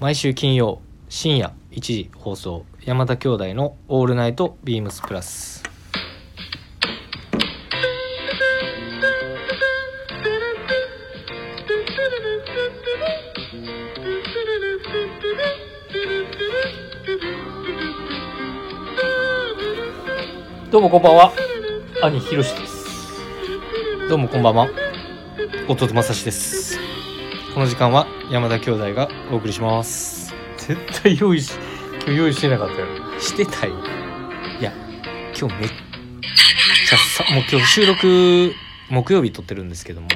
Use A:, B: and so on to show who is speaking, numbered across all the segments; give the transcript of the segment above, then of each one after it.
A: 毎週金曜深夜1時放送山田兄弟の「オールナイトビームスプラス」
B: どうもこんばんは兄ひろしです
A: どうもこんばんは弟まさしですこの時間は山田兄弟がお送りします
B: 絶対用意し今日用意してなかったよ
A: してたよいや今日めっちゃさもう今日収録木曜日撮ってるんですけども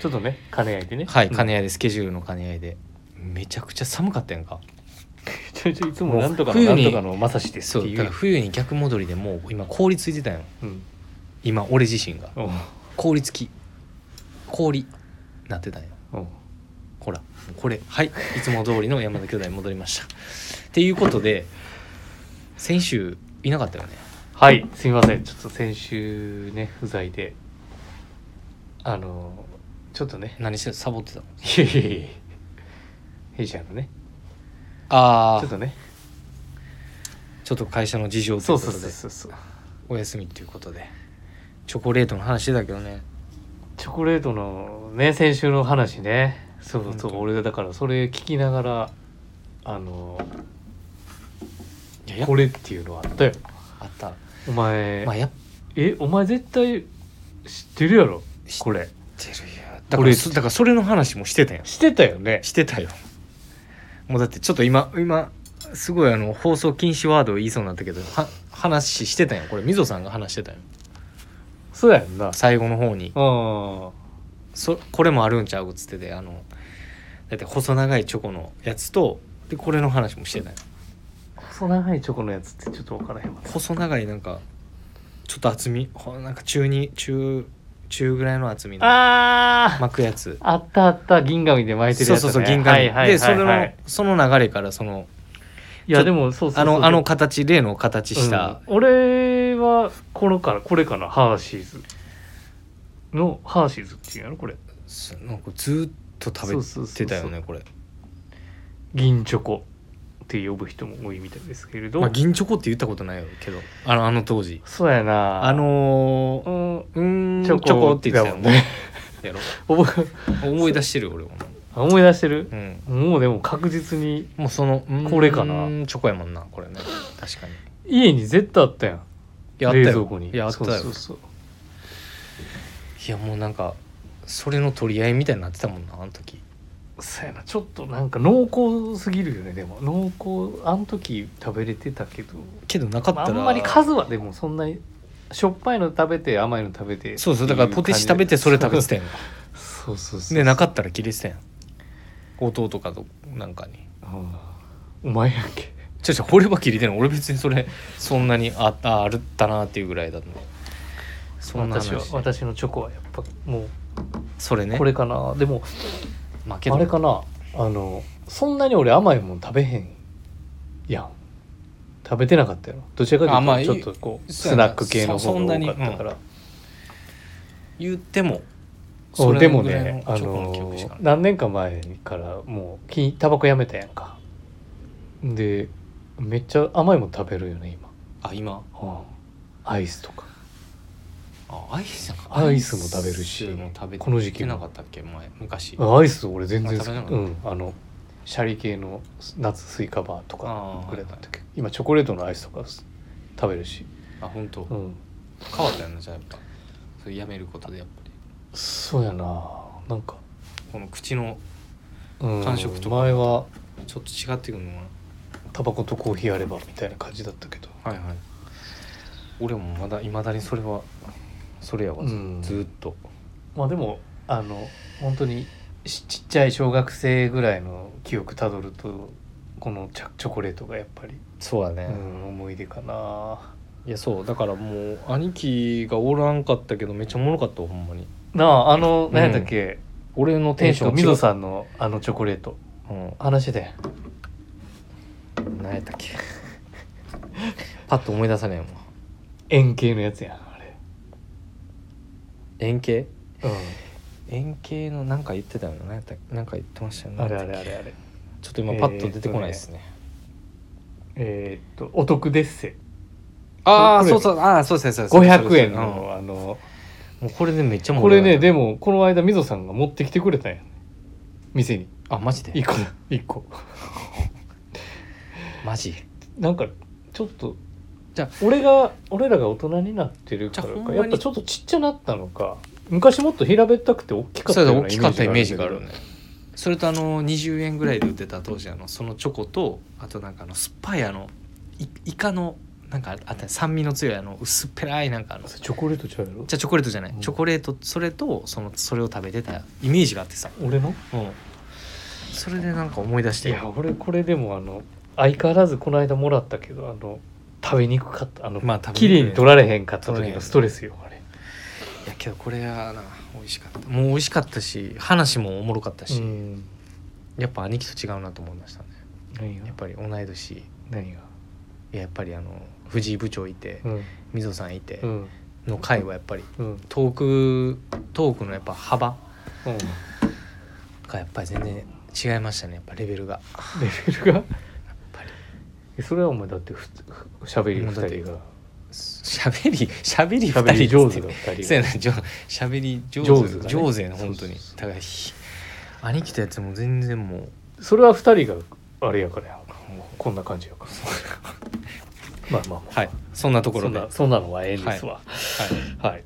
B: ちょっとね兼ね合いでね
A: はい兼
B: ね
A: ね合いでスケジュールの兼ね合いでめちゃくちゃ寒かったやんか
B: ちょいちょいいつもなんとか
A: も
B: の
A: う
B: な
A: 冬
B: ん
A: に
B: とかのまさしです
A: そ
B: って
A: う
B: い
A: だから
B: う
A: 冬に逆戻りでもう今氷ついてたよ
B: うん
A: 今俺自身が
B: おう
A: 氷つき氷なってたんよ
B: おう
A: ほらこれはいいつも通りの山田兄弟に戻りましたっていうことで先週いなかったよね
B: はいすみませんちょっと先週ね不在であのちょっとね
A: 何してサボってたの
B: いやいやいや弊社のね
A: あ
B: ちょっ
A: あ
B: とね
A: ちょっと会社の事情と
B: そ
A: いう
B: う
A: こ
B: そう
A: と
B: そ
A: で
B: うそうそう
A: お休みということでチョコレートの話してたけどね
B: チョコレートのね先週の話ねそうそ
A: 本当
B: う俺がだからそれ聞きながらあの
A: いややっ
B: これっていうのあったよ
A: あった
B: お前、
A: まあやっ
B: えお前絶対知ってるやろ
A: 知っ
B: こ
A: て
B: れ
A: るよだか
B: こ
A: ら
B: れ
A: そだからそれの話もしてたよ
B: してたよね
A: してたよもうだってちょっと今今すごいあの放送禁止ワードを言いそうになったけどは話してたよこれみぞさんが話してたよ
B: そうやんな
A: 最後の方に
B: うん
A: そこれもあるんちゃうっつっててあのだって細長いチョコのやつとでこれの話もしてたよ
B: 細長いチョコのやつってちょっと分からへんわ
A: 細長いなんかちょっと厚みほなんか中に中中ぐらいの厚みの
B: あー、
A: 巻くやつ
B: あったあった銀紙で巻いてる
A: そ
B: や
A: う
B: つ、ね、
A: そうそう銀
B: は
A: 紙
B: いはいはいはい
A: でそれのその流れからその
B: いやでもそうそうそう
A: あのあの形例の形した
B: うん俺はこのからこれかなハーシーズのハーシーズっていうやろこれ
A: すなんかずーっと
B: そ
A: 食
B: うそう
A: べ
B: そ
A: て
B: う
A: たよ
B: そう
A: ねこれ、
B: 銀チョコって呼ぶ人も多いみたいですけれど、
A: まあ、銀チョコって言ったことないけどあのあの当時
B: そうやな
A: あの
B: う
A: ー、
B: ん
A: うーんチ
B: チョ
A: ョ
B: コ
A: コって言ってたよねやろ
B: 覚え
A: 思い出してるよ俺も、
B: あ思い出してる
A: う、ん、
B: もうでも確実に
A: もうそのうーん
B: これかな
A: チョコやもんなこれね確かに
B: 家に絶対あったやん
A: いやあった
B: 冷
A: よ
B: 蔵庫に
A: いやあったよ
B: そうそうそう
A: いやもうなんかそれの取り合いみたいになってたもんなあの時
B: そうやなちょっとなんか濃厚すぎるよねでも濃厚あの時食べれてたけど
A: けどなかった
B: ま
A: ら
B: あ、あんまり数はでもそんなにしょっぱいの食べて甘いの食べて
A: そうそうだからポテチ食べてそれ食べてた
B: よ
A: やんか
B: そうそうそう
A: でなかったら切れてたやん弟とかとなんかに
B: うんお前やんけ
A: ちょちょ俺は切れてない俺別にそれそんなにあああるったなっていうぐらいだったそんな
B: 私は
A: 話
B: 私のチョコはやっぱもう
A: それね
B: これかな、でも
A: まあけど
B: あれかなあのそんなに俺甘いもん食べへんやん食べてなかったよどちら
A: あま
B: か
A: あ
B: と
A: い
B: い
A: いう
B: とちょっとこう
A: そう
B: ス
A: やな
B: ナック系の
A: そ
B: 方
A: そん
B: が
A: なに
B: 多かったから
A: 言っても
B: そうでも
A: それぐらい
B: ねあ
A: チョコの記
B: の
A: 憶しかない
B: 何年か前からもうきタバコやめたやんかでめっちゃ甘いもん食べるよね
A: あ今
B: 今、アイスとか
A: あアイスなんか
B: アイスも食べるし
A: アイスも食べて
B: この時期も
A: なかったっけ前昔
B: あアイス俺全然好き
A: あ食べなかった
B: うんあのシャリ系の夏スイカバーと
A: あ
B: か
A: ー
B: ぐらいだったっけ今チョコレートのアイスとかす食べるし、
A: あ本当、
B: うん、
A: 変わったよなじゃあやっぱそれやめることでやっぱり
B: そうやななんか、
A: この口の
B: うん、
A: 間食とか
B: 前は
A: ちょっと違ってくるのか
B: タバコとコーヒーあればみたいな感じだったけど
A: なはいはい俺もまだいまだにそれはそれやわ、
B: うん
A: ずーっと
B: まあでもあの本当にしちっちゃい小学生ぐらいの記憶たどるとこのチャチョコレートがやっぱり、
A: そうだね
B: う、ん、思い出かない
A: やそうだからもう兄貴がおらんかったけどめっちゃおもろかったほんまに
B: なああの何やったっけ、
A: 俺のテ
B: 店
A: ンショ
B: 主
A: ン
B: みぞ
A: ん、
B: さんのあのチョコレート
A: うん、
B: 話してたやん
A: 何やったっけ パッと思い出さねえもん
B: 円形のやつやんあれ
A: 円形
B: うん
A: 円形のなんか言ってたよな何やったっけなんか言ってましたよね
B: あれあれあれあれ
A: ちょっと今パッと出てこないですね、
B: えーっとお得デッセ
A: ああ
B: これ
A: そうそうああそうですそうです
B: 500円
A: そうです
B: のあの
A: うんもうこれでめっちゃ
B: これねで
A: も
B: もこの間みぞさんが持ってきてくれたんや店に
A: あマジで
B: 1個一個
A: マジ
B: なんかちょっと
A: じゃ
B: 俺が俺らが大人になってるから
A: じゃあほん
B: か
A: まに
B: やっぱちょっとちっちゃなったのか昔もっと平べったくて大きかった
A: そう
B: よ
A: だ
B: う
A: 大
B: な
A: きかったイメージがある
B: イメ
A: ねそれとあの20円ぐらいで売ってた当時あのそのチョコとあとなんかあの酸っぱいあのいイカのなんかあった酸味の強いあの薄っぺらいなんかあの
B: ージ
A: じ
B: チョコレートちゃうやろ
A: ゃあチョコレートじゃない、
B: うん
A: チョコレートそれとそのそれを食べてたイメージがあってさ、
B: 俺の
A: うん、それでなんか思い出し
B: い
A: て
B: や俺これでもあの相変わらずこの間もらったけどあの食べにくかったあの、
A: まあ食べにくい
B: 綺麗に取られへんかった
A: 取られ
B: 時
A: へん
B: のストレスよあれ
A: いやけどこれはな美味しかったもう美味しかったし話もおもろかったし、
B: うん
A: やっぱ兄貴と違うなと思いましたね
B: 何が
A: やっぱり同い年い
B: 何が
A: ややっぱりあの藤井部長いて
B: うん
A: 溝さんいて
B: うん
A: の会はやっぱり
B: うんうん
A: トークトークのやっぱ幅がやっぱり全然違いましたねやっぱレベルが
B: レベルが
A: ぱり
B: えそれはお前だってふふしゃべり二
A: もうだって
B: 人が
A: 喋り 喋り
B: しゃべり上手が二
A: そう
B: 人
A: や
B: が
A: なじょ喋り上手
B: 上手がね
A: 上手やな本当に
B: そうそうそう
A: だからひ兄貴とやつも全然もう
B: それは二人があれやからやこんな感じやからまあまあまあ
A: はいそんなとこ
B: そ
A: ろ
B: ん
A: では
B: ないそんなのはええんですわはい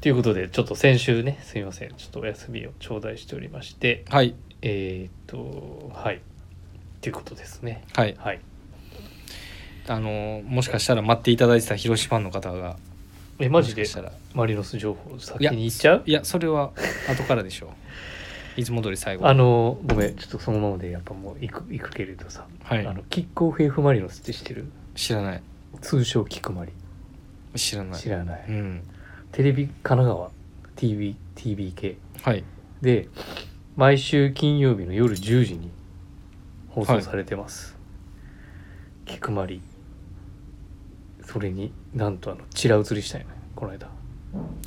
B: ということでちょっと先週ねすみませんちょっとお休みを頂戴しておりまして
A: はい
B: えーっとはいということですね
A: はい
B: はい
A: あのもしかしたら待っていただいてた広島ファンの方が
B: えマジ
A: も
B: で
A: しかしたら
B: マリノス情報先
A: いや
B: に言っちゃう
A: いやそれは後からでしょういつも通り最後
B: あのごめんちょっとそのままでやっぱもう行く行くけれどさ、
A: はい
B: あのキックオフ F ・マリノスって知ってる
A: 知らない
B: 通称キクマリ
A: 知らない
B: 知らない、
A: うん
B: テレビ神奈川 TV TBK
A: はい
B: で毎週金曜日の夜10時に放送されてます、キクマリそれになんとあのチラ映りしたんやねこの間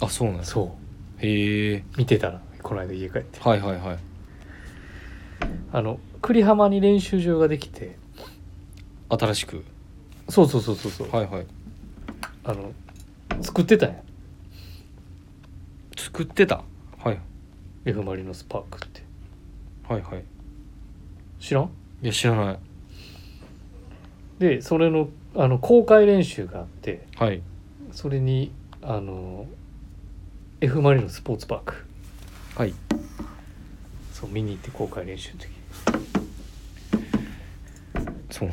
A: あそうなんです
B: そ
A: へえ
B: う見てたらこの間家帰って
A: はいはいはい
B: あの栗浜に練習場ができて
A: 新しく
B: そうそうそうそうそう、
A: はいはい
B: あの作ってたんや
A: 作ってたはい
B: F ・マリノスパークって
A: はいはい
B: 知らん
A: いや知らない
B: でそれのあの公開練習があって、
A: はい
B: それにあの F ・マリノスポーツパーク
A: はい
B: そう見に行って公開練習の時
A: そう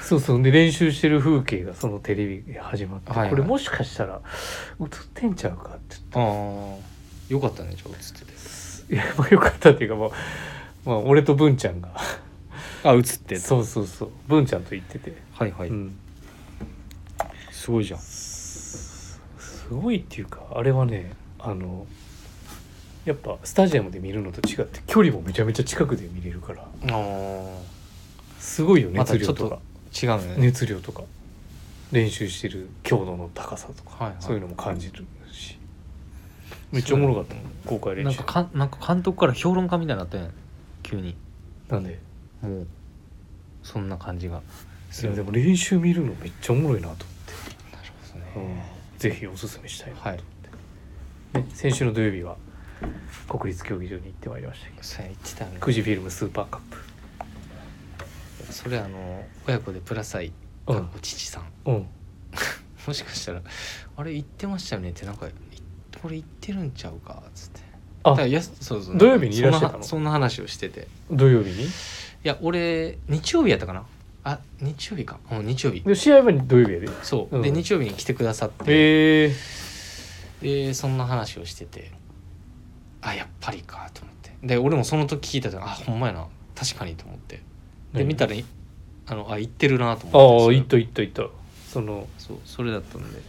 B: そうそうで練習してる風景がそのテレビで始まって、
A: はいはい
B: これもしかしたら映ってんちゃうかって
A: ああよかったねじゃあ映ってて
B: いやまあよかったっていうかもう、まあ、俺と文ちゃんが
A: あ映ってた
B: そうそうそう文ちゃんと行ってて、
A: はいはい、
B: うん
A: すごいじゃん
B: すすごいっていうかあれはねあのやっぱスタジアムで見るのと違って距離もめちゃめちゃ近くで見れるから
A: ああ
B: すごいよ
A: ま
B: 熱
A: たちょ
B: 量
A: っ
B: と
A: と
B: か。
A: 違うのね
B: 熱量とか練習してる強度の高さとか、
A: はいはい
B: そういうのも感じるしめっちゃおもろかったもん公開練
A: なん
B: 習
A: かかんなんか監督から評論家みたいになったやん急に
B: なんで
A: もうそんな感じが
B: いやでも練習見るのめっちゃおもろいなと
A: なるほど
B: 思って、
A: ね、
B: ぜひおすすめしたいなと、
A: はい
B: ね、先週の土曜日は国立競技場に行ってまいりましたけど
A: そうや言ってたね
B: 富士フィルムスーパーカップ
A: それあの親子でプラサイ
B: うん
A: かっこ父さん
B: うん
A: もしかしたら「あれ行ってましたよね」ってなんかい「これ行ってるんちゃうか」っつって
B: あ
A: だからやすそうそう
B: 土曜日にいらっしゃっ
A: そ
B: たの
A: んなそんな話をしてて
B: 土曜日に
A: いや俺日曜日やったかなあ日曜日かうん日曜日
B: で試合は土曜日やで
A: そう、
B: うん
A: で日曜日に来てくださって、
B: へえ
A: でそんな話をしててあやっぱりかと思ってで俺もその時聞いた時あほんまやな確かにと思ってで見た
B: ら
A: らいあのあ行ってるなと
B: ああ
A: 思って
B: 行った行った行ったその
A: そうそれだったんで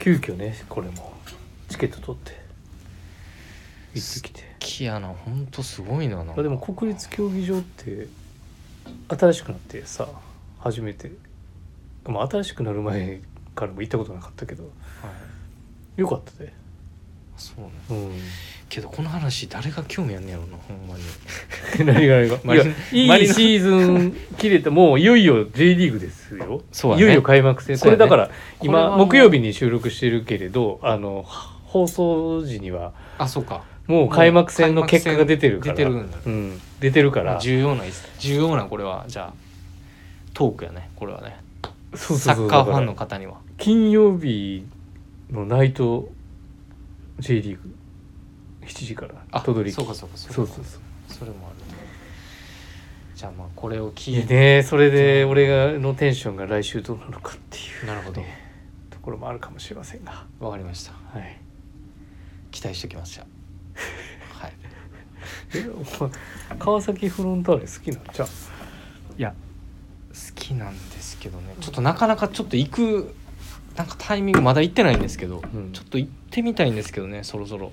B: 急遽ねこれもチケット取って行ってきて
A: キアナほんとすごいななん
B: あ
A: か
B: でも国立競技場って新しくなってさ初めて、まあ、新しくなる前からも行ったことなかったけど
A: はい
B: よかったで
A: そうね
B: うん
A: けどこの話誰が興味あんねやろなほんまに
B: 何が何が
A: マリ
B: いや
A: マ
B: い
A: リ
B: い
A: ノ
B: シーズン切れてもういよいよ J リーグですよ
A: そうだ
B: い
A: ね
B: よいよ開幕戦、
A: そ
B: こ
A: うだね
B: れだから
A: これは
B: 今
A: もう
B: 木曜日に収録してるけれどあの放送時には
A: あそうか
B: もう開幕戦の結果が出てるから
A: 出てるんだ
B: うん、出てるか
A: まあ
B: ら
A: 重要な重要なこれはじゃあトークやねこれはね
B: そうそ
A: サ
B: うそ
A: ッ
B: う
A: カー
B: だ
A: フ
B: か
A: ァ
B: ら
A: ンの方には
B: 金曜日のナイト J リーグ7時から
A: あ
B: とどり
A: そうかそうかそうか
B: そうそうそう
A: それもあるじゃあまあこれを
B: い
A: 聞
B: や
A: いて
B: ねそれで俺がのテンションが来週どうなのかっていう
A: なるほど
B: ところもあるかもしれませんが
A: わかりました
B: はい
A: 期待してきました はい
B: えお前川崎フロンターレ好きなんじゃう
A: いや好きなんですけどねちょっとなかなかちょっと行くなんかタイミングまだ行ってないんですけど、
B: うん
A: ちょっと行ってみたいんですけどねそろそろ
B: まあ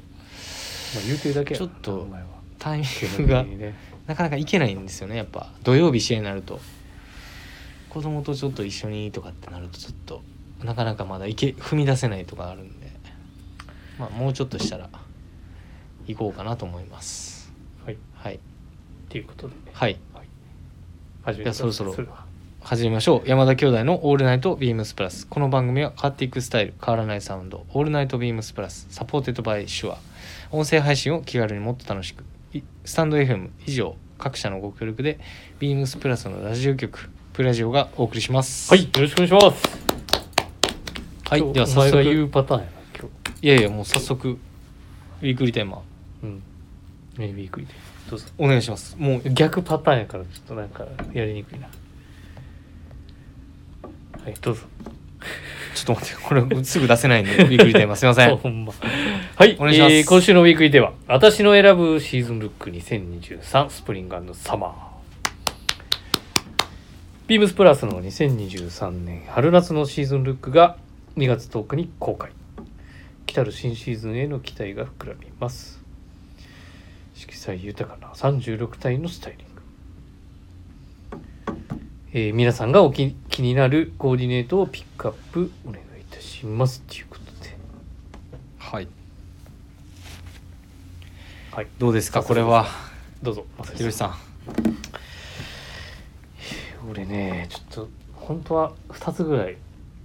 B: 言うてるだけやな
A: ちょっと
B: お前は
A: タイミ
B: 基
A: ン
B: 本
A: グ
B: 的
A: が
B: にね
A: なかなか行けないんですよねやっぱ土曜日試合になると子供とちょっと一緒にとかってなるとちょっとなかなかまだ行け踏み出せないとかあるんでまあもうちょっとしたら行こうかなと思います
B: はいっ
A: はい
B: ていうことで
A: はい
B: 始め
A: じゃあそろそろ
B: れは
A: 始めましょう山田兄弟の「オールナイトビームスプラス」この番組は変わっていくスタイル変わらないサウンド「オールナイトビームスプラス」サポーテッドバイシュア音声配信を気軽にもっと楽しくいスタンド FM 以上各社のご協力でビームスプラスのラジオ局プラジオがお送りします
B: はいよろしくお願いします
A: はい
B: 今日
A: では
B: お
A: 早
B: 前
A: 速
B: が
A: い
B: 言うパターンやな今
A: やいやもう早速ウィークリーテーマ
B: 日うんメイビークイでどうぞ
A: お願いしますもう
B: 逆パターンやからちょっとなんかやりにくいなはいどうぞ
A: ちょっと待ってこれすぐ出せないんでウィークリーテーマすいませ
B: そう
A: ん
B: ほんまはい、
A: お願いします
B: えー今週のウィークイでは「私の選ぶシーズンルック2023スプリングサマー」ビームスプラスの2023年春夏のシーズンルックが2月10日に公開来たる新シーズンへの期待が膨らみます色彩豊かな36体のスタイリング、えー皆さんがお気気になるコーディネートをピックアップお願いいたしますということで
A: はい
B: はい
A: どうですかこれは
B: どうぞま
A: ひろしさん
B: 俺ねちょっと本当は2つぐらい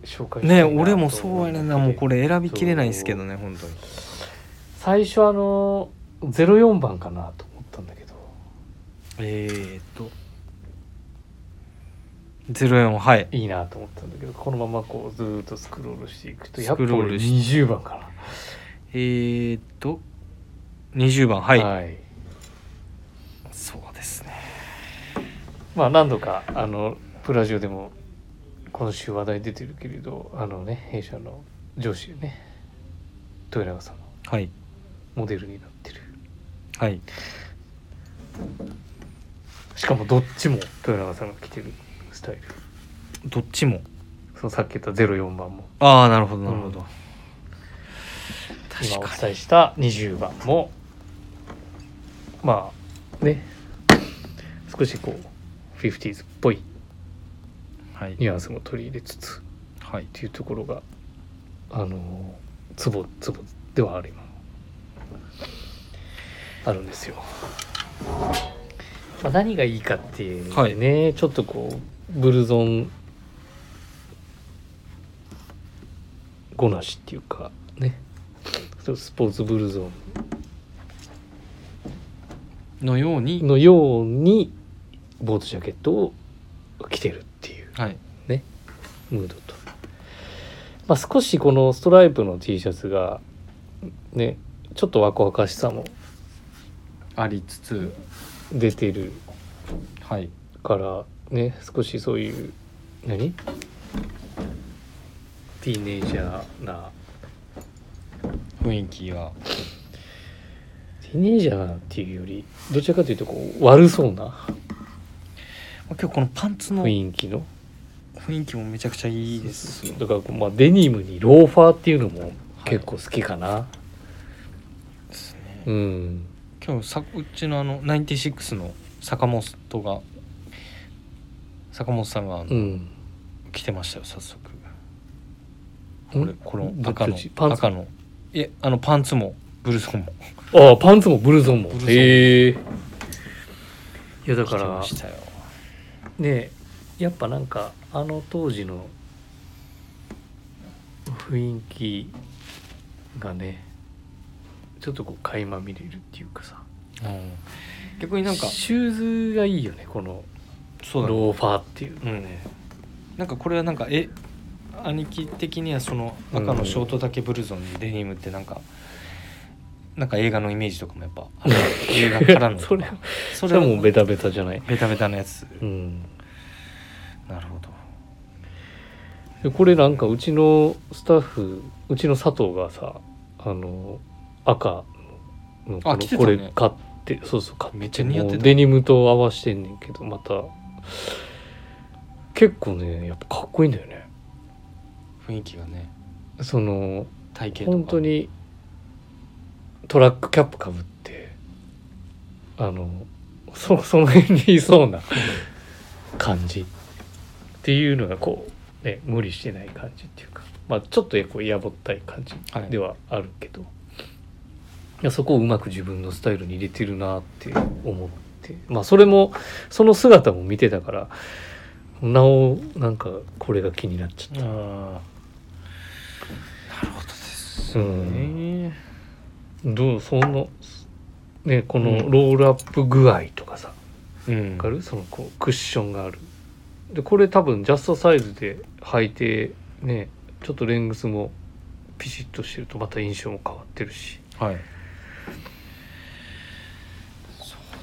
B: 紹介したい
A: ね
B: なと
A: 俺もそうやねんなもうこれ選びきれないんですけどね本当に
B: 最初あの04番かなと思ったんだけど
A: えー、っと04はい
B: いいなと思ったんだけどこのままこうずーっとスクロールしていくとやっぱ
A: スクロー
B: 俺
A: ル
B: 20番か
A: えー、っと20番は、
B: ないはい
A: そうですね
B: まあ何度かあのプラジオでも今週話題出てるけれどあのね弊社の上司ね豊永さんの
A: はい
B: モデルになってる
A: はい
B: しかもどっちも豊永さんが着てるスタイル
A: どっちも
B: そのさっき言った04番も
A: ああなるほどなるほど、
B: うん今お
A: 確か
B: 伝えした20番もまあね少しこう 50s っぽい
A: にはい
B: ニュアンスも取り入れつつっ
A: はい
B: ていうところがあのツボツボではある今あるんですよ。まあ、何がいいかっていう
A: はい
B: ね、ちょっとこうブルゾンごなしっていうかねスポーツブルゾン
A: のように
B: のようにボートジャケットを着てるっていう
A: はい
B: ムードと、まあ、少しこのストライプの T シャツがねちょっと若々しさも
A: ありつつ
B: 出てる
A: はい
B: からね少しそういう何ティーネイジャーな
A: 雰囲気が
B: ティーネイジャーなっていうよりどちらかというとこう悪そうな
A: 今日このパンツの雰
B: 雰囲気の
A: 囲気もめちゃくちゃいいです
B: だからこう、まあ、デニムにローファーっていうのも結構好きかな、
A: ですね
B: うん
A: 今日さうちのあの96の坂本が坂本さんがあの
B: うん
A: 来てましたよ早速
B: ん
A: これこの
B: ど
A: 赤
B: ど
A: の
B: っちパンツ
A: 赤のいえあのパンツもブルゾンも
B: ああパンツもブルゾンも
A: ブルゾン
B: へえいや
A: だ
B: だか
A: から
B: ら
A: したよ
B: ねやっぱなんかあの当時の雰囲気がねちょっとこう垣間見れるっていうかさ
A: うん逆に
B: な
A: なんん
B: か
A: か
B: シューズがいいよねこの
A: そうだね
B: ローファーっていうの
A: うんなんかこれはなんかえ兄貴的にはその赤のショート丈ブルゾンにデニムってなんか、なんか映画のイメージとかもやっ ぱあの映画からの
B: それ
A: そ
B: それはもうベ
A: タ
B: タベタじゃない、
A: ベタベタのやつ
B: うん、
A: なるほど
B: でこれなんかうちのスタッフうちの佐藤がさあの赤のこ
A: あ
B: の
A: 着てた
B: こ
A: ね
B: れ買ってそうそう買って
A: めっちゃ似合ってた
B: もうデニムと合わしてんねんけどまた結構ねやっぱかっこいいんだよね
A: 雰囲気がね
B: その
A: 体型とか
B: 本当にトラックキャップかぶってあのそその辺にいそうな感じっていうのがこう、ね、無理してない感じっていうか、まあ、ちょっとこうやぼったい感じ
A: はい
B: ではあるけど、いやそこをうまく自分のスタイルに入れてるなって思って、まあ、それもその姿も見てたからなおなんかこれが気になっち
A: あー
B: ゃった。
A: なるほどです
B: うん
A: ね
B: どうそのねこ
A: うん
B: のロールアップ具合とかさ、
A: うん
B: わかるそのこうクッションがあるでこれ多分ジャストサイズで履いてねちょっとレングスもピシッとしてるとまた印象も変わってるし、
A: はい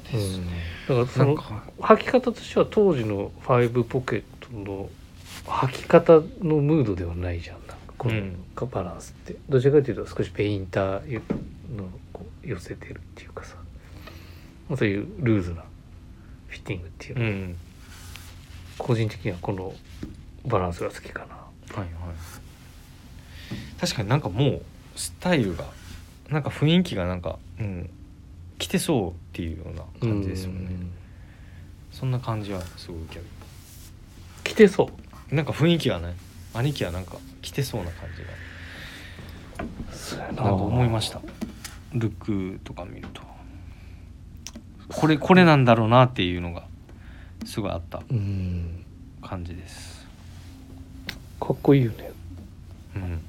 A: そうですね、
B: だからそ
A: な
B: の
A: んか
B: 履き方としては当時の5ポケットの履き方のムードではないじゃんなんかこ
A: うん
B: のバランスって、どちらかというと少しペインターのこう寄せてるっていうかさそういうルーズなフィッティングっていう
A: う
B: の、
A: ん
B: 個人的にはこのバランスが好きかな
A: はいはい確かになんかもうスタイルがなんか雰囲気がなんかうん来てそうっていうような感じですもんね
B: うん
A: そんな感じはすごい受け
B: 着てそう
A: るなんか雰囲気がね兄貴はなんか来てそうな感じがなんか思いましたルックとか見るとこれこれなんだろうなっていうのがすごいあった
B: うん
A: 感じです
B: かっこいいよね、
A: うん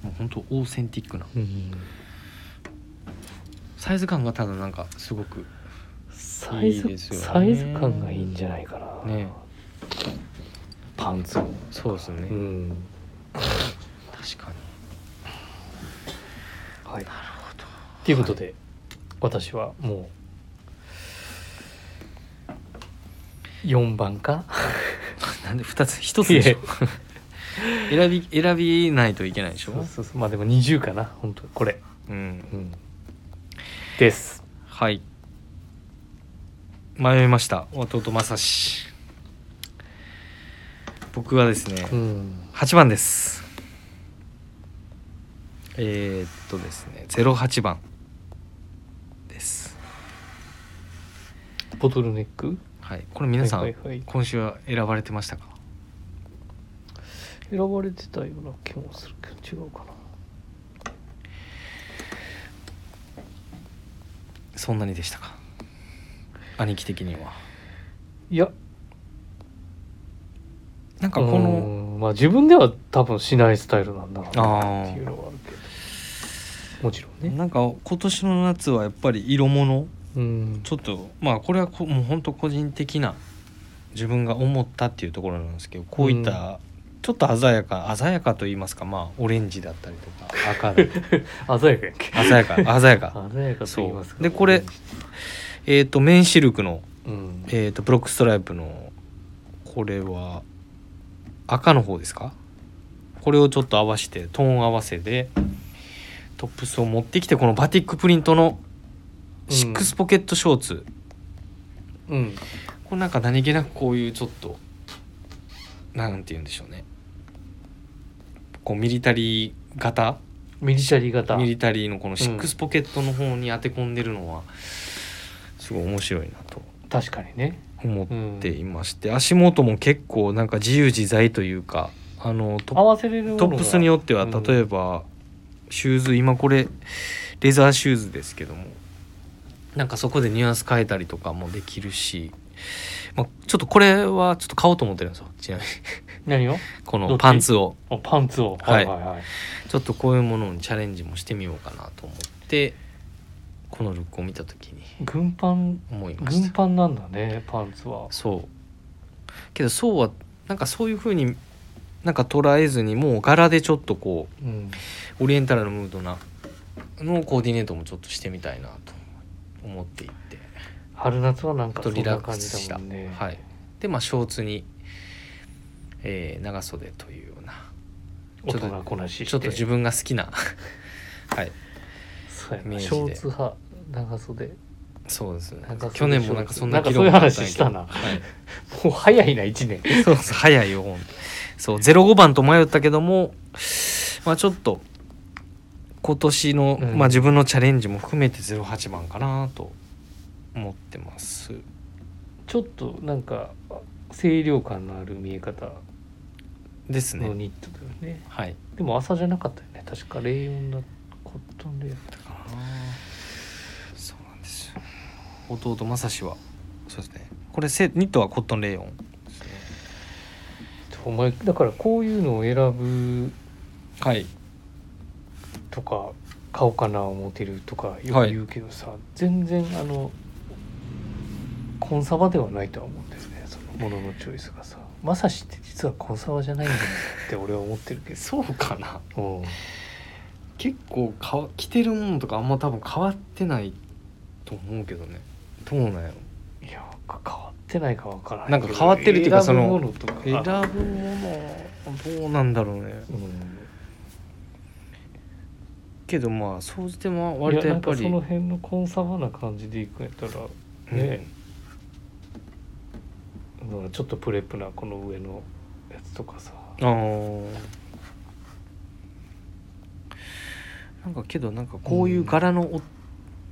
A: もう本当オーセンティックな
B: うん、
A: サイズ感がただなんかすごく
B: サイズ
A: いいですよね
B: サイズ感がいいんじゃないかな
A: ね
B: パンツも
A: そうですね、
B: うん
A: 確かに
B: はい
A: なるほど
B: ということで、私はもう4番 か
A: なんで2つ1つでしょ選び選びないといけないでしょ
B: そうそうそうまあでも20かな本当これ、
A: うん
B: うん、です
A: はい迷いました弟正志僕はですね
B: うん
A: 8番ですえー、っとですね08番です
B: ボトルネック
A: はいこれ皆さん、
B: はいはいはい
A: 今週は選ばれてましたか
B: 選ばれてたような気もするけど違うかな
A: そんなにでしたか兄貴的にはい
B: や
A: なんかこの
B: うんまあ自分では多分しないスタイルなんだろうな
A: あー
B: っていうのはあるけどもちろんね
A: なんか今年の夏はやっぱり色物
B: うん
A: ちょっとまあこれはこもう本当個人的な自分が思ったっていうところなんですけどこういっ
B: う
A: たちょっと鮮やか鮮やかと言いますかまあオレンジだったりとか赤だったり
B: 鮮やかやんけ
A: 鮮やか鮮やか
B: 鮮やかと言いますか
A: そうでこれえっ、と綿シルクの、
B: うん
A: えー、とブロックストライプのこれは赤の方ですかこれをちょっと合わせてトーン合わせでトップスを持ってきてこのバティックプリントのシックスポケットショーツ、
B: うん
A: これなんか何気なくこういうちょっとなんて言うんでしょうねこうミリタリー型
B: ミリシャリ型
A: ミリタリーのこのシックスポケットの方に当て込んでるのはすごい面白いなと
B: 確かにね
A: 思っていまして、足元も結構なんか自由自在というかあのト
B: 合
A: ッ
B: わせれるもの
A: ト
B: が
A: ップスによっては
B: うん
A: 例えばシューズ今これレザーシューズですけどもなんかそこでニュアンス変えたりとかもできるし、まあ、ちょっとこれはちょっと買おうと思ってるんですよちなみに
B: 何を
A: こ
B: ど
A: の
B: っち
A: パンツを
B: あパンツを
A: はい
B: はいはい
A: ちょっとこういうものにチャレンジもしてみようかなと思ってこのルックを見た時に
B: 軍パン
A: 思いまし
B: 軍
A: た
B: パンなんだねパンツは
A: そうけどそうはなんかそういう風になんか捉えずにもう柄でちょっとこ
B: うん
A: うオリエンタルのムードなのコーディネートもちょっとしてみたいなと思っていって
B: 春夏はな
A: ち
B: ん
A: ょ
B: か
A: っ
B: そ
A: と
B: ん
A: リ
B: な
A: ラッ
B: 感
A: クスし
B: じだ
A: た、
B: もんね
A: はいでまあショーツに、えー長袖というような
B: 大
A: ちょっと
B: 人こなしして
A: ちょっと自分が好きな はい
B: そうや
A: イメー
B: な
A: ジ
B: シ
A: で
B: ョーツ派長袖
A: そうですね
B: なんかそう
A: 去年もなんかそんな
B: なんか
A: 議
B: そう
A: 論
B: いう
A: があっ
B: 話
A: たんや
B: し
A: けど
B: たな
A: はい
B: もう早いな1年
A: そうそう早いよほんとそう05番と迷ったけどもまあちょっと今年の、
B: うん
A: まあ、自分のチャレンジも含めて08番かなと思ってます
B: ちょっとなんか清涼感のある見え方
A: ですね、
B: のニットだよね
A: はい
B: でも朝じゃなかったよね確かレイヨンだコットンレイヨン
A: だからなそうなんですよ弟正志はそうですねこれセニットはコットンレイヨンですね
B: お前だからこういうのを選ぶ
A: はい
B: とか買おうかな思ってるとかよく言うけどさ、全然あのコンサバではないとは思うんだよねそのもののチョイスがさまさしって実はコンサバじゃないんだよって俺は思ってるけど
A: そうかな
B: うん
A: 結構かわ着てるものとかあんま多分変わってないと思うけどねどうなんやろ
B: いやか変わってないかわからない
A: なんか変わってるっていうかその
B: 選ぶものとか
A: 選ぶものどうなんだろうね
B: うん
A: けどまあ総じてまあ割とやっぱ
B: い
A: り
B: なんかその辺のコンサバな感じでいくんやったら
A: うん
B: ねだからちょっとプレップなこの上のやつとかさ
A: あーなんかけどなんかこういう柄のお、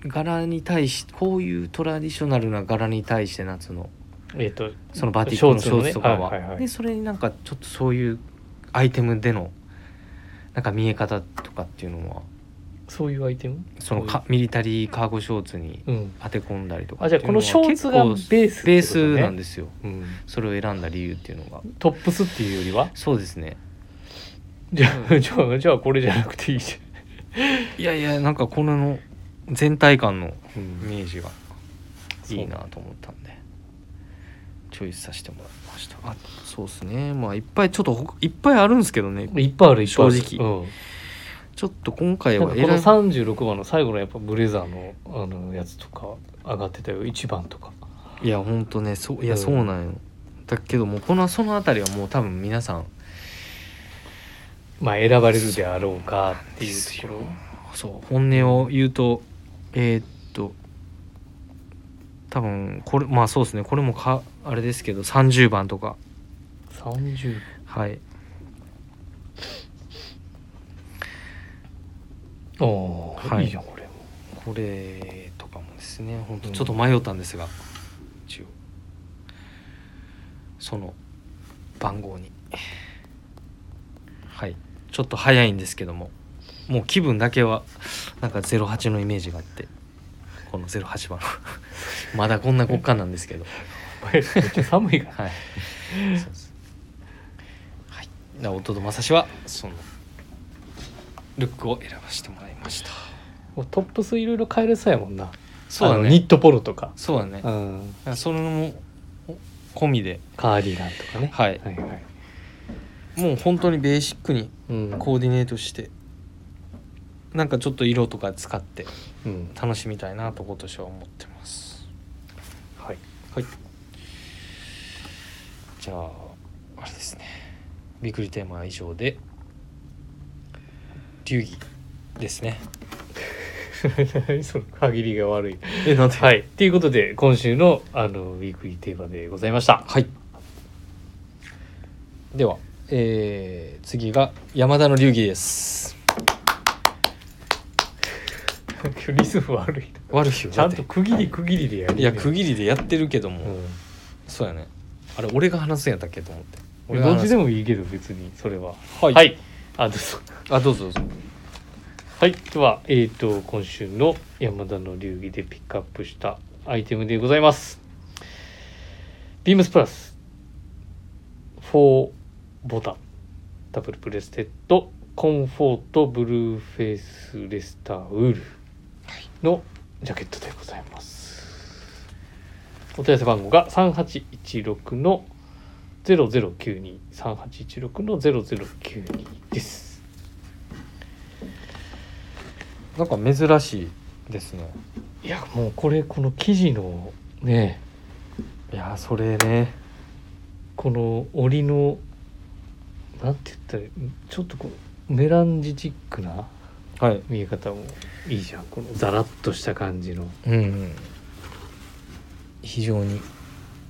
A: 柄に対しこういうトラディショナルな柄に対して夏の
B: えっ、と
A: そのバティックのショーツとかは
B: ショーツのねはいはいはい
A: でそれになんかちょっとそういうアイテムでのなんか見え方とかっていうのは
B: そういうアイテム
A: その
B: か
A: かミリタリーカーゴショーツに
B: うん
A: 当て込んだりとか
B: あじゃあこのショーツがベースってことね
A: ベースなんですよ
B: うん
A: それを選んだ理由っていうのが
B: トップスっていうよりは
A: そうですね
B: じゃあ じゃあじゃあこれじゃなくていいじ
A: いやいやなんかこのの全体感の
B: ゃん、
A: イメージが
B: そう
A: いいなと思ったんでチョイスさせてもらいましたあそうですねまあいっぱいちょっとほいっぱいあるんですけどね
B: いっぱいあるいっぱいある
A: 正直
B: うん
A: ちょっと今回
B: なん
A: は
B: か
A: 選
B: こ
A: ぶ
B: の36番の最後のやっぱブレザーのあのやつとか上がってたよ1番とか
A: いやほんとねそういうや
B: ん
A: そうなんよ、だけどもうこのその辺りはもう多分皆さん
B: まあ選ばれるであろうかっていうところ
A: そう本音を言うとえーっと多分これまあそうですねこれもかあれですけど30番とか
B: 30
A: はい
B: おー、、
A: はいい
B: いじゃんこれも
A: これとかもですね本当
B: うん
A: ちょっと迷ったんですが、一応その番号にはいちょっと早いんですけどももう気分だけはなんか08のイメージがあってこの08番 まだこんな極寒なんですけど
B: お前めっちゃ寒いから
A: はいそうですはいでは弟正志はそのルックを選ばせてもらいました
B: もうトップスいろいろ変えれそうやもんな
A: そうだ
B: あのニ
A: ね
B: ットポロとか、
A: そうだね
B: うん、
A: だからそれも込みで
B: カーディガンとかね
A: はい
B: はいはい
A: もう本当にベーシックに
B: うん
A: コーディネートしてなんかちょっと色とか使って
B: うん
A: 楽しみたいなと今年は思ってます
B: はい
A: はいじゃああれですねびっくりテーマは以上で流儀ですね
B: 何その限りが悪い。
A: えなんで
B: はい。ということで、今週のあのウィークリーテーマでござい ました。
A: はいではえー次が山田の流儀です
B: 今日リズム悪いな。
A: 悪いよ
B: ちゃ
A: だっ
B: ん
A: て
B: と区切り区切りでやる、
A: いや区切りでやってるけども、
B: う
A: そうやねあれ俺が話すんやったっけと思って
B: ん。
A: 俺が
B: どっ
A: 話す
B: ちでもいいけど、別に、それは。
A: はい、
B: はい。あ、どうぞ。
A: あどうぞどうぞ
B: はいではえっ、と今週の山田の流儀でピックアップしたアイテムでございますビームスプラス4ボタンダブルプレステッドコンフォートブルーフェイスレスターウールのジャケットでございますお問い合わせ番号が3816の0092 3816の0092です
A: なんか珍しいですね
B: いやもうこれこの生地のね
A: いやーそれね
B: この織りのなんて言ったらいいちょっとこうメランジチックな
A: はい
B: 見え方もいいじゃんこのザラッとした感じの
A: うん、うん、非常に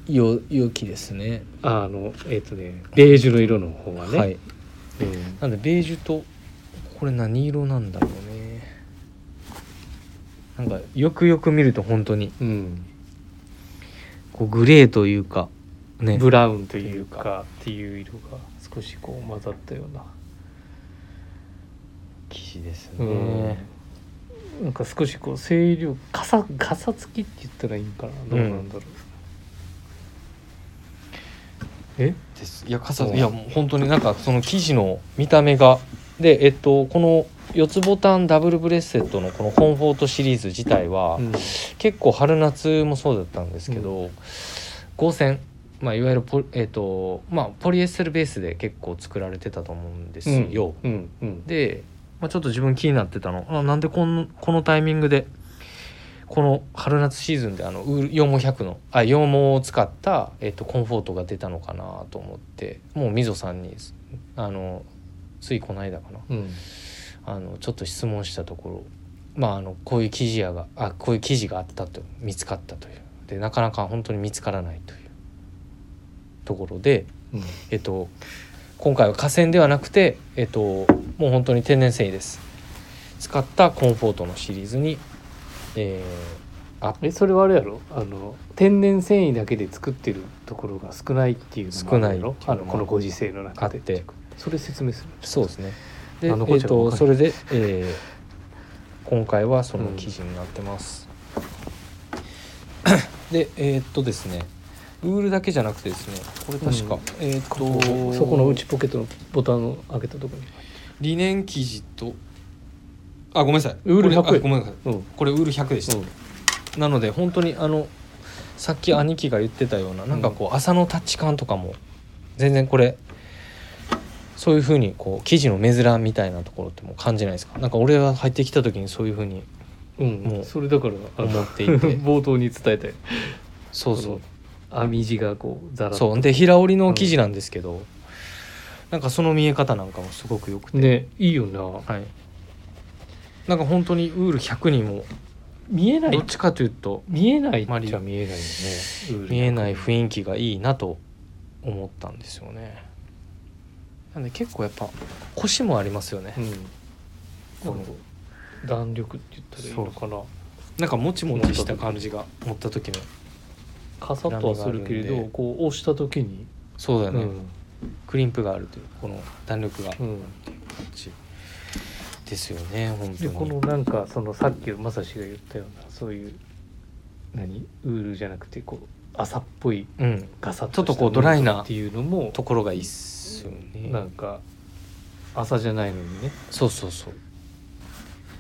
A: よ良きですね
B: あのえっ、とねベージュの色の方がね、
A: はい
B: うん
A: なんでベージュとこれ何色なんだろうねなんかよくよく見ると本当に
B: うん
A: こうグレーというかね
B: ブラウンというかっていう色が少しこう混ざったような、
A: 生地です
B: うん
A: ね、
B: なんか少しこう清涼かさかさつきって言ったらいいんかなどうなんだろう、え
A: ですいや傘いやもう本当になんかその生地の見た目がでえっとこの4つボタンダブルブレスレットのこのコンフォートシリーズ自体は、
B: うん
A: 結構春夏もそうだったんですけど、合成まあ、いわゆるポ,、えっとまあ、ポリエステルベースで結構作られてたと思うんですよ、
B: うんうん
A: で、まあ、ちょっと自分気になってたのあなんでこのこのタイミングでこの春夏シーズンであのウール羊毛100のあ羊毛を使った、えっと、コンフォートが出たのかなと思ってもうみぞさんにあのついこの間かな
B: うん
A: あのちょっと質問したところ、まあ、あのこういう記事やがあこういう記事があったと見つかったというでなかなか本当に見つからないというところで、
B: うん
A: えっと、今回は河川ではなくて、えっと、もう本当に天然繊維です使ったコンフォートのシリーズに、えー、アップ
B: えそれはあれやろあの天然繊維だけで作ってるところが少ないっていうのもあるやろ
A: 少な
B: あ
A: いっていうのも
B: のこのご時世の
A: あ
B: 中
A: っ
B: で
A: て
B: それ説明する
A: そうですねで、え
B: あのこっ
A: っ
B: ちゃわ
A: と
B: かんない
A: それで、えー今回はその記事になってます、でえーっとですねウールだけじゃなくてですねこれ確か、
B: うん
A: えーっと
B: そこの内ポケットのボタンを開けたとこ
A: リネン生地とあごめんなさい
B: ウール100
A: これあごめんなさい
B: ろに、
A: これウール100でした、なので本当にあのさっき兄貴が言ってたようななんかこう麻のタッチ感とかも全然これそういうふうにこう生地の目面みたいなところってもう感じないですかなんか俺が入ってきた時にそういうふうに
B: うん、
A: も
B: う、
A: うん
B: それだからあの
A: 思ってい て
B: 冒頭に伝えたよ
A: そうそう
B: この編み地がこうザラッ
A: そうで平織りの生地なんですけど、なんかその見え方なんかもすごくよくて、
B: ねいいよな
A: はい、なんか本当にウール100にも
B: 見えな
A: どっ
B: い
A: ちかというと
B: 見えない
A: マリ
B: っちゃ見えないよね
A: 見えない
B: 囲
A: 雰囲気がいいなと思ったんですよねなんで結構やっぱ腰もありますよね、
B: うんなんか弾力って言ったらいいのかな
A: なんかもちもちした感じが持った時の
B: かさっとはするけれ
A: 波がある
B: ど
A: んで
B: こう押した時に、
A: そうだよ
B: う
A: ね、
B: ん
A: クリンプがあるというこの弾力が
B: うん、
A: ですよね本当
B: で
A: に
B: このなんかそのさっきまさしが言ったようなそういう何ウールじゃなくてこう朝っぽい
A: うん
B: ガサッ
A: ちょっとこうドライな
B: っていうのも
A: ところがいいっすよね
B: なんか朝じゃないのにね
A: そうそうそう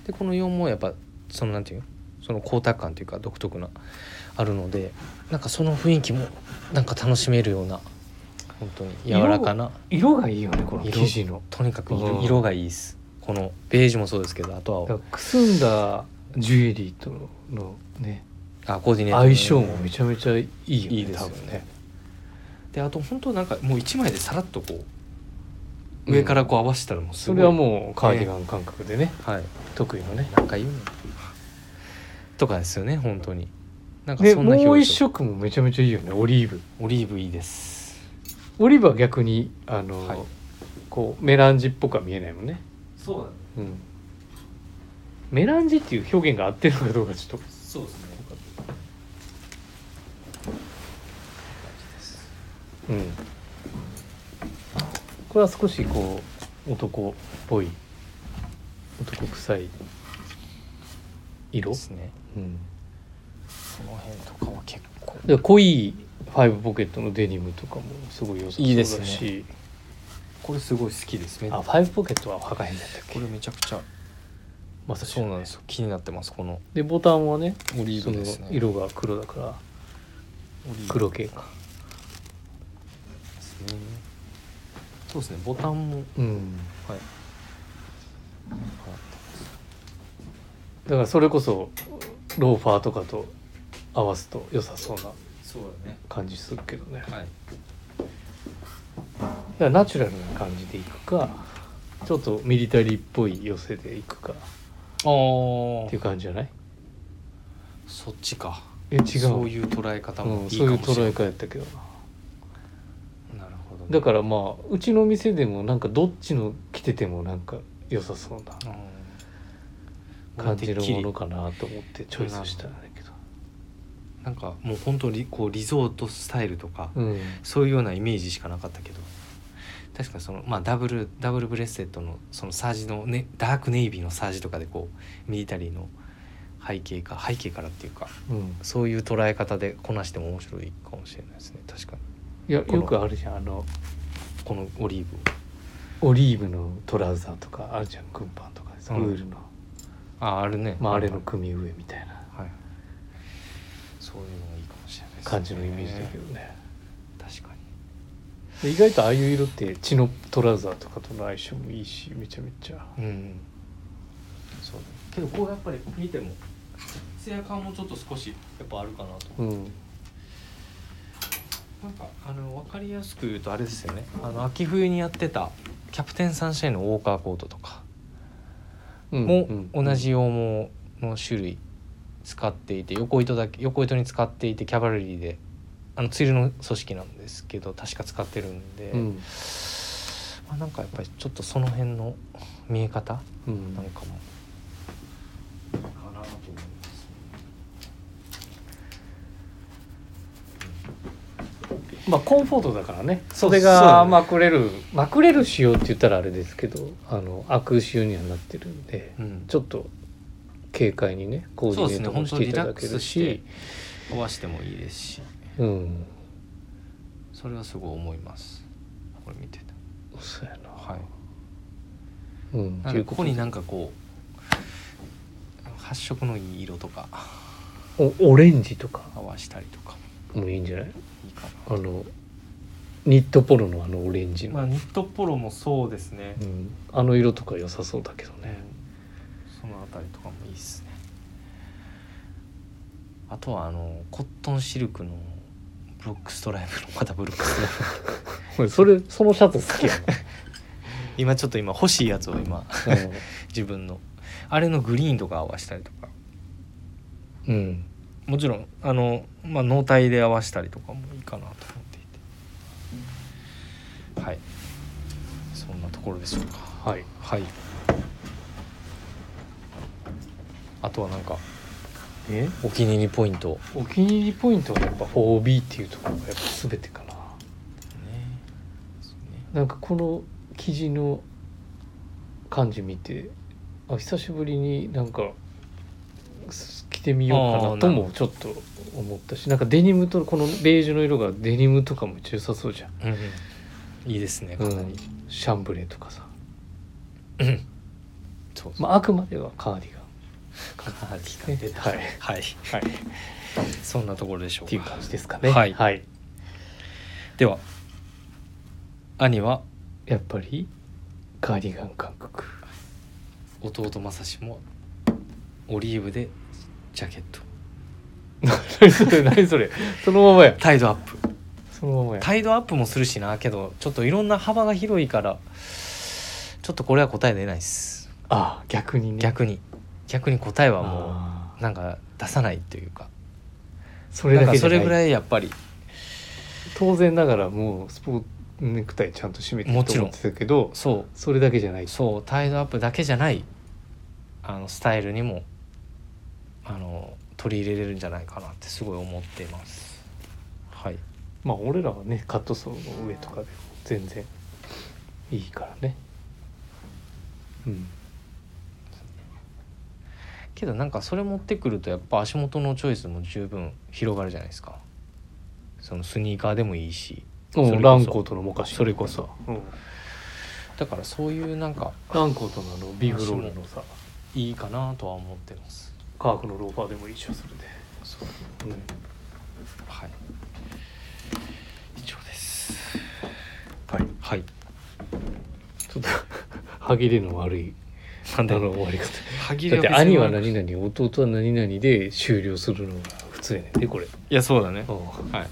A: でこの羊毛はやっぱそのなんていうのその光沢感というか独特なあるのでなんかその雰囲気もなんか楽しめるような本当に柔らかな
B: 色がいいよねこの
A: 色
B: 生地の
A: とにかく
B: う
A: 色
B: ん
A: 色がいいっすこのベージュもそうですけどあと
B: だ
A: は
B: からくすんだジュエリーとのね
A: あコーディネートね
B: 相性もめちゃめちゃいいよね
A: いいですよね
B: 多分ね
A: であと本当なんかもう一枚でさらっとこう上からこう合わせたらもうす
B: そ
A: ごい、
B: れはもうカーディガン感覚でね
A: うはい
B: 得意のね
A: なんか言うのとかですよね本当になんか
B: で
A: そんな
B: もう
A: 表
B: 一
A: 情
B: 色もめちゃめちゃいいよねオリーブ
A: オリーブいいです
B: オリーブは逆にあの、
A: はい
B: こうメランジっぽくは見えないもんね、
A: そうだ
B: うん、メランジっていう表現が合ってるかどうかちょっと
A: そうですね
B: うんこれは少しこう男っぽい男臭さい色
A: で、すね
B: うん、
A: その辺とかは結構
B: で濃いファイブポケットのデニムとかもすごい良さそう
A: いい
B: だ
A: です
B: し
A: これすごい好きですね
B: あファイブポケットは履かへんだったっ
A: こ
B: け
A: れめちゃくちゃ
B: まさ
A: そうなんですよ気になってますこの
B: でボタンはね
A: オリー
B: そ
A: ブ
B: の
A: ですね
B: 色が黒だから
A: オリーブ
B: 黒系か
A: ですねそうですねボタンも
B: うん
A: はい
B: だからそれこそローファーとかと合わすと良さそうな
A: そうだね
B: 感じするけどねだか
A: はい
B: らナチュラルな感じでいくかちょっとミリタリーっぽい寄せでいくか
A: あ
B: っていう感じじゃない
A: そっちか
B: え違う
A: そういう捉え方
B: う
A: も
B: ん、
A: いい
B: そう
A: か
B: いう
A: もしれ
B: 捉
A: な
B: え
A: い
B: 方やったけどな
A: なるほどね
B: だからまあうちの店でもなんかどっちの着ててもなんか良さそう
A: う
B: な
A: ん
B: 感じるも
A: 俺て
B: の
A: っき
B: かなと思ってチョイスしたんだけど、
A: りなんかもう本当にこうリゾートスタイルとか、
B: うん、
A: そういうようなイメージしかなかったけど確かにその、まあ、ダブルダブルブレスレットのそのサージの、ね、ダークネイビーのサージとかでこうミリタリーの背景か背景からっていうか
B: うん、
A: そういう捉え方でこなしても面白いかもしれないですね確かに
B: いやよ
A: この
B: くあるじゃんあの
A: このオリーブを
B: オリーブのトラウザーとかあるじゃん軍パンとかさ
A: うん
B: ウールの、
A: ああるね
B: まあ、あれの組上みたいな
A: はいそういうのがいいかもしれないですね、
B: 感じのイメージだけどね、
A: 確かに
B: で意外とああいう色って血のトラウザーとかとの相性もいいしめちゃめちゃ
A: うんそうねけどこうやっぱり見てもツヤ感もちょっと少しやっぱあるかなと
B: うん
A: なんかあの分かりやすく言うとあれですよねあの秋冬にやってたキャプテンサンシャインのウォーカーコートとかも同じ羊毛の種類使っていて横糸だけ横糸に使っていてキャバルリーであのツイルの組織なんですけど確か使ってるんで、
B: うん
A: まあ、なんかやっぱりちょっとその辺の見え方
B: うん、
A: なんかもかなと思います
B: まあコンフォートだからね
A: そう
B: それ
A: そうだ
B: が
A: ね
B: まくれるまくれる仕様って言ったらあれですけどあの悪仕様にはなってるんで、
A: うん
B: ちょっと軽快にねコーディネートもしていただける
A: そうですね
B: し
A: 壊してもいいですし
B: うん
A: それはすごい思いますこれ見てた
B: そうやな、
A: はい
B: うん、
A: なん
B: と
A: か
B: いう
A: こ
B: こ
A: ことに
B: で
A: なんかこう発色のいい色とか
B: おオレンジとか
A: 合わしたりとか
B: もいいんじゃない
A: いいか
B: あのニットポロのあのオレンジ
A: な
B: の、
A: まあニットポロもそうですね
B: うん、あの色とか良さそうだけどね
A: そのあたりとかもいいっすねあとはあのコットンシルクのブロックストライプのまたブロックストライプ
B: 俺それそのシャツ好きや
A: 今ちょっと今欲しいやつを今
B: な、
A: 自分のあれのグリーンとか合わしたりとか
B: うんうん、
A: もちろんあの、まあ、脳体で合わしたりとかもいいかなと思っていてはいそんなところでしょうか
B: はい
A: はいあとはなんか
B: え
A: お気に入りポイント、ね、
B: お気に入りポイントはやっぱ 4B っていうところがやっぱ全てかななんかこの記事の感じ見てあ久しぶりになんかす着てみようか
A: あー
B: なと
A: な
B: もちょっと思ったしなんかデニムとこのベージュの色がデニムとかも良さそうじゃん、
A: うんうん、いいですねか
B: う
A: なり、
B: ん、シャンブレーとかさ、
A: そうそう
B: まあ、あくまではカーディガン
A: カーディガン
B: ね
A: 出た
B: はい
A: はい、はい、そんなところでしょ
B: っ
A: う
B: ていう
A: か
B: 感じですかね
A: はい
B: はい、
A: では兄は
B: やっぱりカーディガン韓国
A: 弟正志もオリーブでジャケット
B: 何それ何それそのままや
A: タイドアップ
B: そのままや
A: タイドアップもするしなけどちょっといろんな幅が広いからちょっとこれは答え出ないっす
B: ああ逆にね
A: 逆に逆に答えはも
B: あ
A: うなんか出さないというか
B: あそれ
A: なん
B: だ
A: か
B: けじ
A: そ
B: ゃない
A: れぐらいやっぱり
B: 当然ながらもうスポーツネクタイちゃんと締めて
A: も
B: ると
A: ちろん
B: 思ってたけど
A: そ
B: それだけじゃないう
A: そうタイドアップだけじゃないあのスタイルにもあの取り入れれるんじゃないかなってすごい思っていますはい
B: まあ俺らはねカットソーの上とかでも全然いいからねうん
A: けどなんかそれ持ってくるとやっぱ足元のチョイスも十分広がるじゃないですかそのスニーカーでもいいし
B: う
A: それこ
B: ん
A: そ
B: ランコートのもかし
A: それこそ
B: うん
A: だからそういうなんか
B: ランコートのあのビーフロールのさ
A: いいかなとは思ってます
B: カーフのローファーでもいいしょそれで
A: そうはい以上です
B: はい
A: はい
B: ちょっと歯切れの悪いあ
A: なんで
B: の終わり方
A: 歯切
B: だ
A: れ
B: って
A: 別に
B: 兄は
A: 悪く
B: 何々弟は何々で終了するのが普通やねんでこれ
A: いやそうだね
B: う
A: はい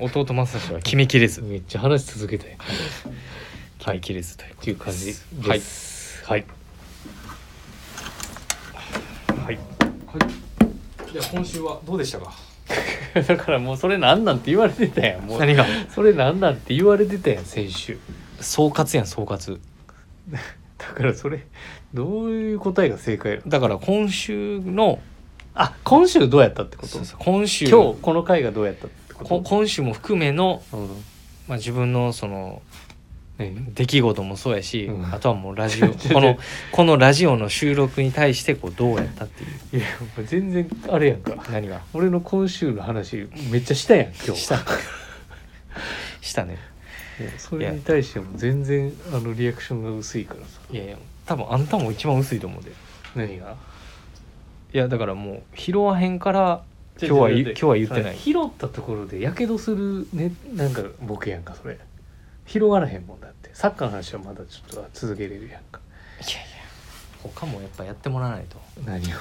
A: 弟正志は決 めきれず
B: んめっちゃ話し続けたいっ
A: 決めきれずということ
B: て
A: で
B: いう感じ
A: す
B: ですはい
A: は
B: はい、
A: い、はい、じゃあ今週はどうでしたか
B: だからもうそれなんなんて言われてたやんもう
A: 何が
B: それなんなんて言われてたやん先週
A: 総括やん総括
B: だからそれどういう答えが正解なの
A: だから今週の
B: あ今週どうやったってこと
A: 今週
B: 今日この回がどうやったってこ
A: こと今週も含めの、
B: うん
A: まあ、自分のその
B: 何
A: 出来事もそうやし、
B: うん
A: あとはもうラジオ
B: ちょ
A: このこのラジオの収録に対してこうどうやったっていう
B: いやお前全然あれやんか
A: 何が
B: 俺の今週の話めっちゃしたやん今 日
A: したしたね
B: もうそれに対しても全然あのリアクションが薄いからさ
A: いやいや多分あんたも一番薄いと思うで
B: 何が
A: いやだからもう拾わへんから今日は言う今日は言ってない
B: 拾ったところでやけどするねなんかボケやんかそれ拾わらへんもんだってサッカーの話はまだちょっと続けれるやんか
A: いやいや他もやっぱやってもらわないと
B: 何を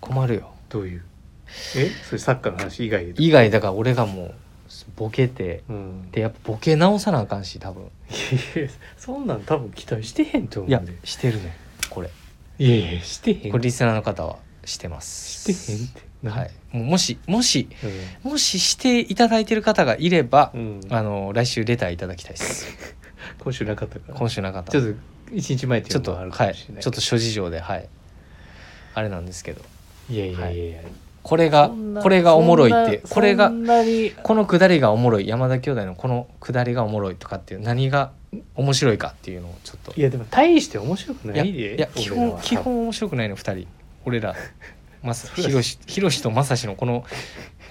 A: 困るよ
B: どういうえそれサッカーの話以外で
A: 以外だから俺がもうボケて
B: うん
A: でやっぱボケ直さなあかんし多分
B: いやいやそんなん多分期待してへんと思
A: いうや
B: んで
A: してるねこれ
B: いやいやしてへん
A: これリスナーの方はしてます
B: してへんって
A: はい、もうもしもしもししていただいてる方がいれば
B: う、ん、うん、
A: あの来週レターいただきたいです
B: 今週なかったから
A: 今週なかった
B: ちょ
A: と
B: っと一日前って
A: ち
B: い
A: ょ
B: う
A: っ
B: の
A: と
B: もあるか
A: は
B: も
A: い
B: しれない
A: ちょっと諸事情ではいあれなんですけど
B: いやいやいやいや、
A: これが
B: そんな
A: これがおもろいって
B: そんな
A: これが
B: そんなに
A: このくだりがおもろい山田兄弟のこのくだりがおもろいとかっていう何が面白いかっていうのをちょっと
B: いやでも大して面白く
A: い
B: な
A: や
B: いで
A: いや基
B: 俺ら
A: 本
B: は
A: 基本面白くないの2人俺 らまさ
B: そう
A: ひ
B: だ
A: ろしひろしとまさしのこの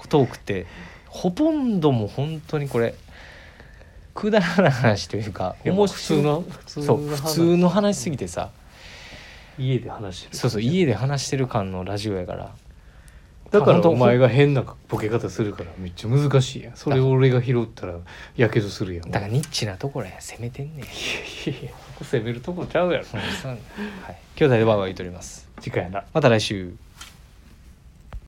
A: トークってほとんどもう本当にこれくだらない話というか
B: いやもう普通の普通
A: そう普通の話すぎてさ
B: 家で話してる
A: そうそう家で話してる感のラジオやから
B: だか
A: 本
B: ら
A: 当
B: お前が変なボケ方するからめっちゃ難しいやんそれを俺が拾ったらやけどするやん
A: だからニッチなところや攻めて んねん
B: いやいやここ攻めるとこちゃうやろ
A: そうそうはい兄弟でバーバー言うとります
B: 次回な
A: また来週